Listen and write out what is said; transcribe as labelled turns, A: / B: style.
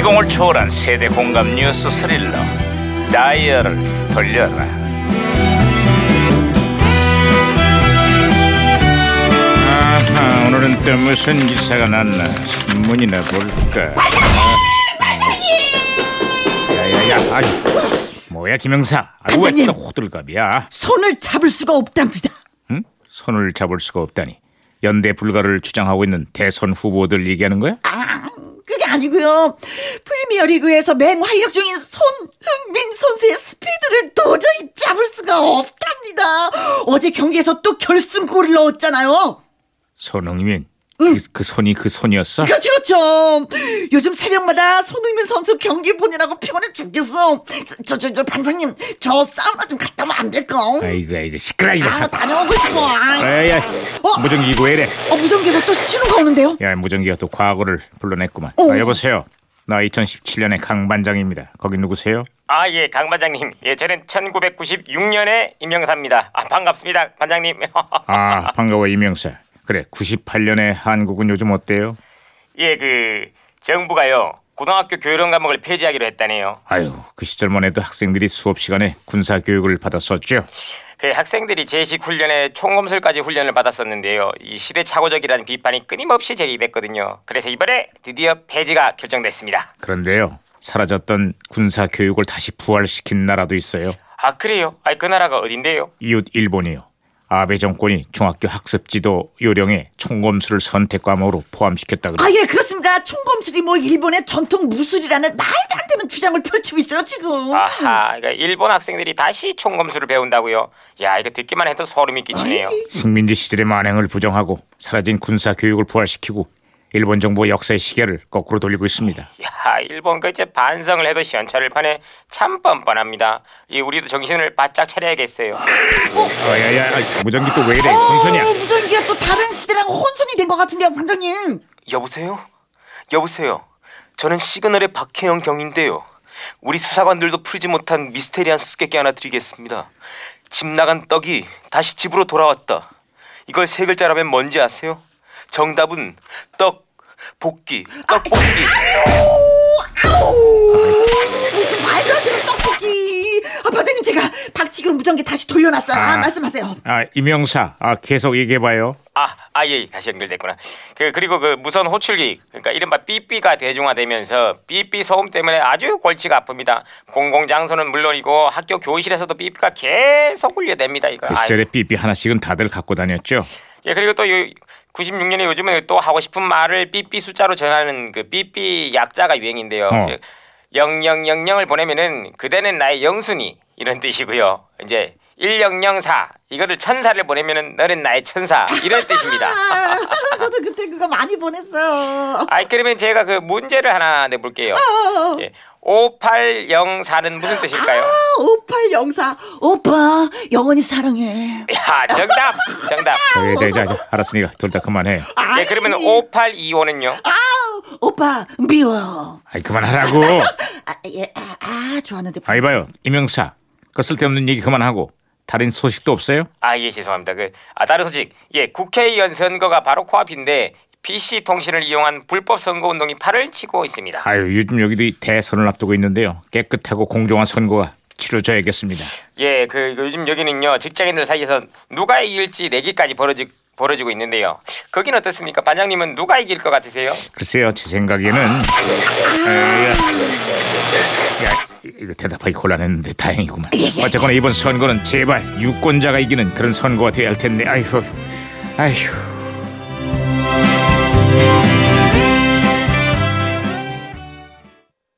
A: 감동을 초월한 세대 공감 뉴스 스릴러 다이얼을 돌려라 아하 오늘은 또 무슨 기사가 났나 신문이나 볼까 아, 음. 야야야 아이 뭐야 김영사
B: 반장님!
A: 왜또 호들갑이야
B: 손을 잡을 수가 없답니다.
A: 응? 손을 잡을 수가 없다니 연대 불가를 주장하고 있는 대선 후보들 얘기하는 거야?
B: 아, 그게 아니고요. 프리미어리그에서 맹활약 중인 손흥민 선수의 스피드를 도저히 잡을 수가 없답니다. 어제 경기에서 또 결승골을 넣었잖아요.
A: 손흥민 그, 그 손이 그 손이었어?
B: 그렇죠, 그렇죠. 요즘 새벽마다 손흥민 선수 경기 보느라고 피곤해 죽겠어. 저, 저, 저 반장님, 저 사우나 좀 갔다 오면 안 될까? 어?
A: 아이고 아이고 시끄러 이거
B: 아, 다녀오고 싶어. 아.
A: 야야
B: 어?
A: 무전기고 이래
B: 어, 무전기에서 또 신호가 오는데요?
A: 야 무전기가 또 과거를 불러냈구만
B: 어.
A: 아, 여보세요 나 2017년의 강반장입니다 거기 누구세요?
C: 아, 예, 강 반장님. 예, 저는 1996년에 임명사입니다. 아, 반갑습니다, 반장님.
A: 아 반가워 이명사 그래 98년의 한국은 요즘 어때요?
C: 예, 그 정부가요. 고등학교 교련 과목을 폐지하기로 했다네요.
A: 아유 그 시절만 해도 학생들이 수업 시간에 군사 교육을 받았었죠
C: 그 학생들이 제식 훈련에 총검술까지 훈련을 받았었는데요. 이 시대착오적이라는 비판이 끊임없이 제기됐거든요. 그래서 이번에 드디어 폐지가 결정됐습니다.
A: 그런데요 사라졌던 군사 교육을 다시 부활시킨 나라도 있어요
C: 아, 그래요? 아, 그 나라가 어딘데요?
A: 이웃 일본이요. 아베 정권이 중학교 학습지도 요령에 총검술을 선택 과목으로 포함시켰다 그래.
B: 아, 예, 그렇습니다. 총검술이 뭐 일본의 전통 무술이라는 말도 안 되는 주장을 펼치고 있어요, 지금.
C: 아하, 그러니까 일본 학생들이 다시 총검술을 배운다고요. 야, 이거 듣기만 해도 소름이 끼치네요.
B: 아이.
A: 식민지 시절의 만행을 부정하고 사라진 군사 교육을 부활시키고 일본 정부의 역사의 시계를 거꾸로 돌리고 있습니다.
C: 야, 일본 그 이제 반성을 해도 시원찮을 판에 참 뻔뻔합니다. 이 우리도 정신을 바짝 차려야겠어요.
A: 아, 야야야 무전기 또 왜
C: 네,
A: 이래?
B: 어,
A: 공선이야.
B: 무전기가 또 다른 시대랑 혼선이 된 것 같은데요, 반장님.
C: 여보세요? 여보세요. 저는 시그널의 박혜영 경인데요. 우리 수사관들도 풀지 못한 미스테리한 수수께끼 하나 드리겠습니다. 집 나간 떡이 다시 집으로 돌아왔다. 이걸 세 글자라면 뭔지 아세요? 정답은 떡 볶기 떡볶이.
B: 아우, 무슨 말도 안 되는 떡볶이. 아, 반장님, 제가 박치기로 무전기 다시 돌려놨어요. 아,
A: 아.
B: 말씀하세요.
A: 아 이명사 아 계속 얘기해봐요.
C: 아, 아, 예, 다시 연결됐구나. 그, 그리고 그 무선 호출기, 그러니까 이른바 삐삐가 대중화되면서 삐삐 소음 때문에 아주 골치가 아픕니다. 공공장소는 물론이고 학교 교실에서도 삐삐가 계속 울려댑니다, 이거.
A: 그
C: 아이.
A: 시절에 삐삐 하나씩은 다들 갖고 다녔죠.
C: 예, 그리고 또 96년에 요즘은 또 하고 싶은 말을 삐삐 숫자로 정하는 그 삐삐 약자가 유행인데요.
A: 어.
C: 예, 0000을 보내면은 그대는 나의 영순이 이런 뜻이고요. 이제 1004 이거를 천사를 보내면은 너는 나의 천사 이런 뜻입니다.
B: 아, 저도 그때 그거 많이 보냈어요.
C: 아이 그러면 제가 그 문제를 하나 내볼게요.
B: 아,
C: 예. 5804는 무슨 뜻일까요?
B: 5804. 아, 오빠, 영원히 사랑해.
C: 야 정답 정답.
A: 자자자 알았으니까 둘 다 그만해.
C: 예 그러면 5825는요?
B: 아, 오빠, 미워.
A: 아이 그만하라고.
B: 아, 예, 아, 아 좋았는데.
A: 아 이봐요 이명사 그 쓸데없는 얘기 그만하고 다른 소식도 없어요?
C: 아 예 죄송합니다. 그아 다른 소식 예 국회의원 선거가 바로 코앞인데 PC 통신을 이용한 불법 선거 운동이 팔을 치고 있습니다.
A: 아유 요즘 여기도 이 대선을 앞두고 있는데요. 깨끗하고 공정한 선거가 치러져야겠습니다.
C: 예, 그 요즘 여기는요 직장인들 사이에서 누가 이길지 내기까지 벌어지 벌어지고 있는데요. 거긴 어떻습니까? 반장님은 누가 이길 것 같으세요?
A: 글쎄요 제 생각에는 에이, 야, 이거 대답하기 곤란했는데 다행이구만. 어쨌거나 이번 선거는 제발 유권자가 이기는 그런 선거가 돼야 할 텐데 아휴 아휴.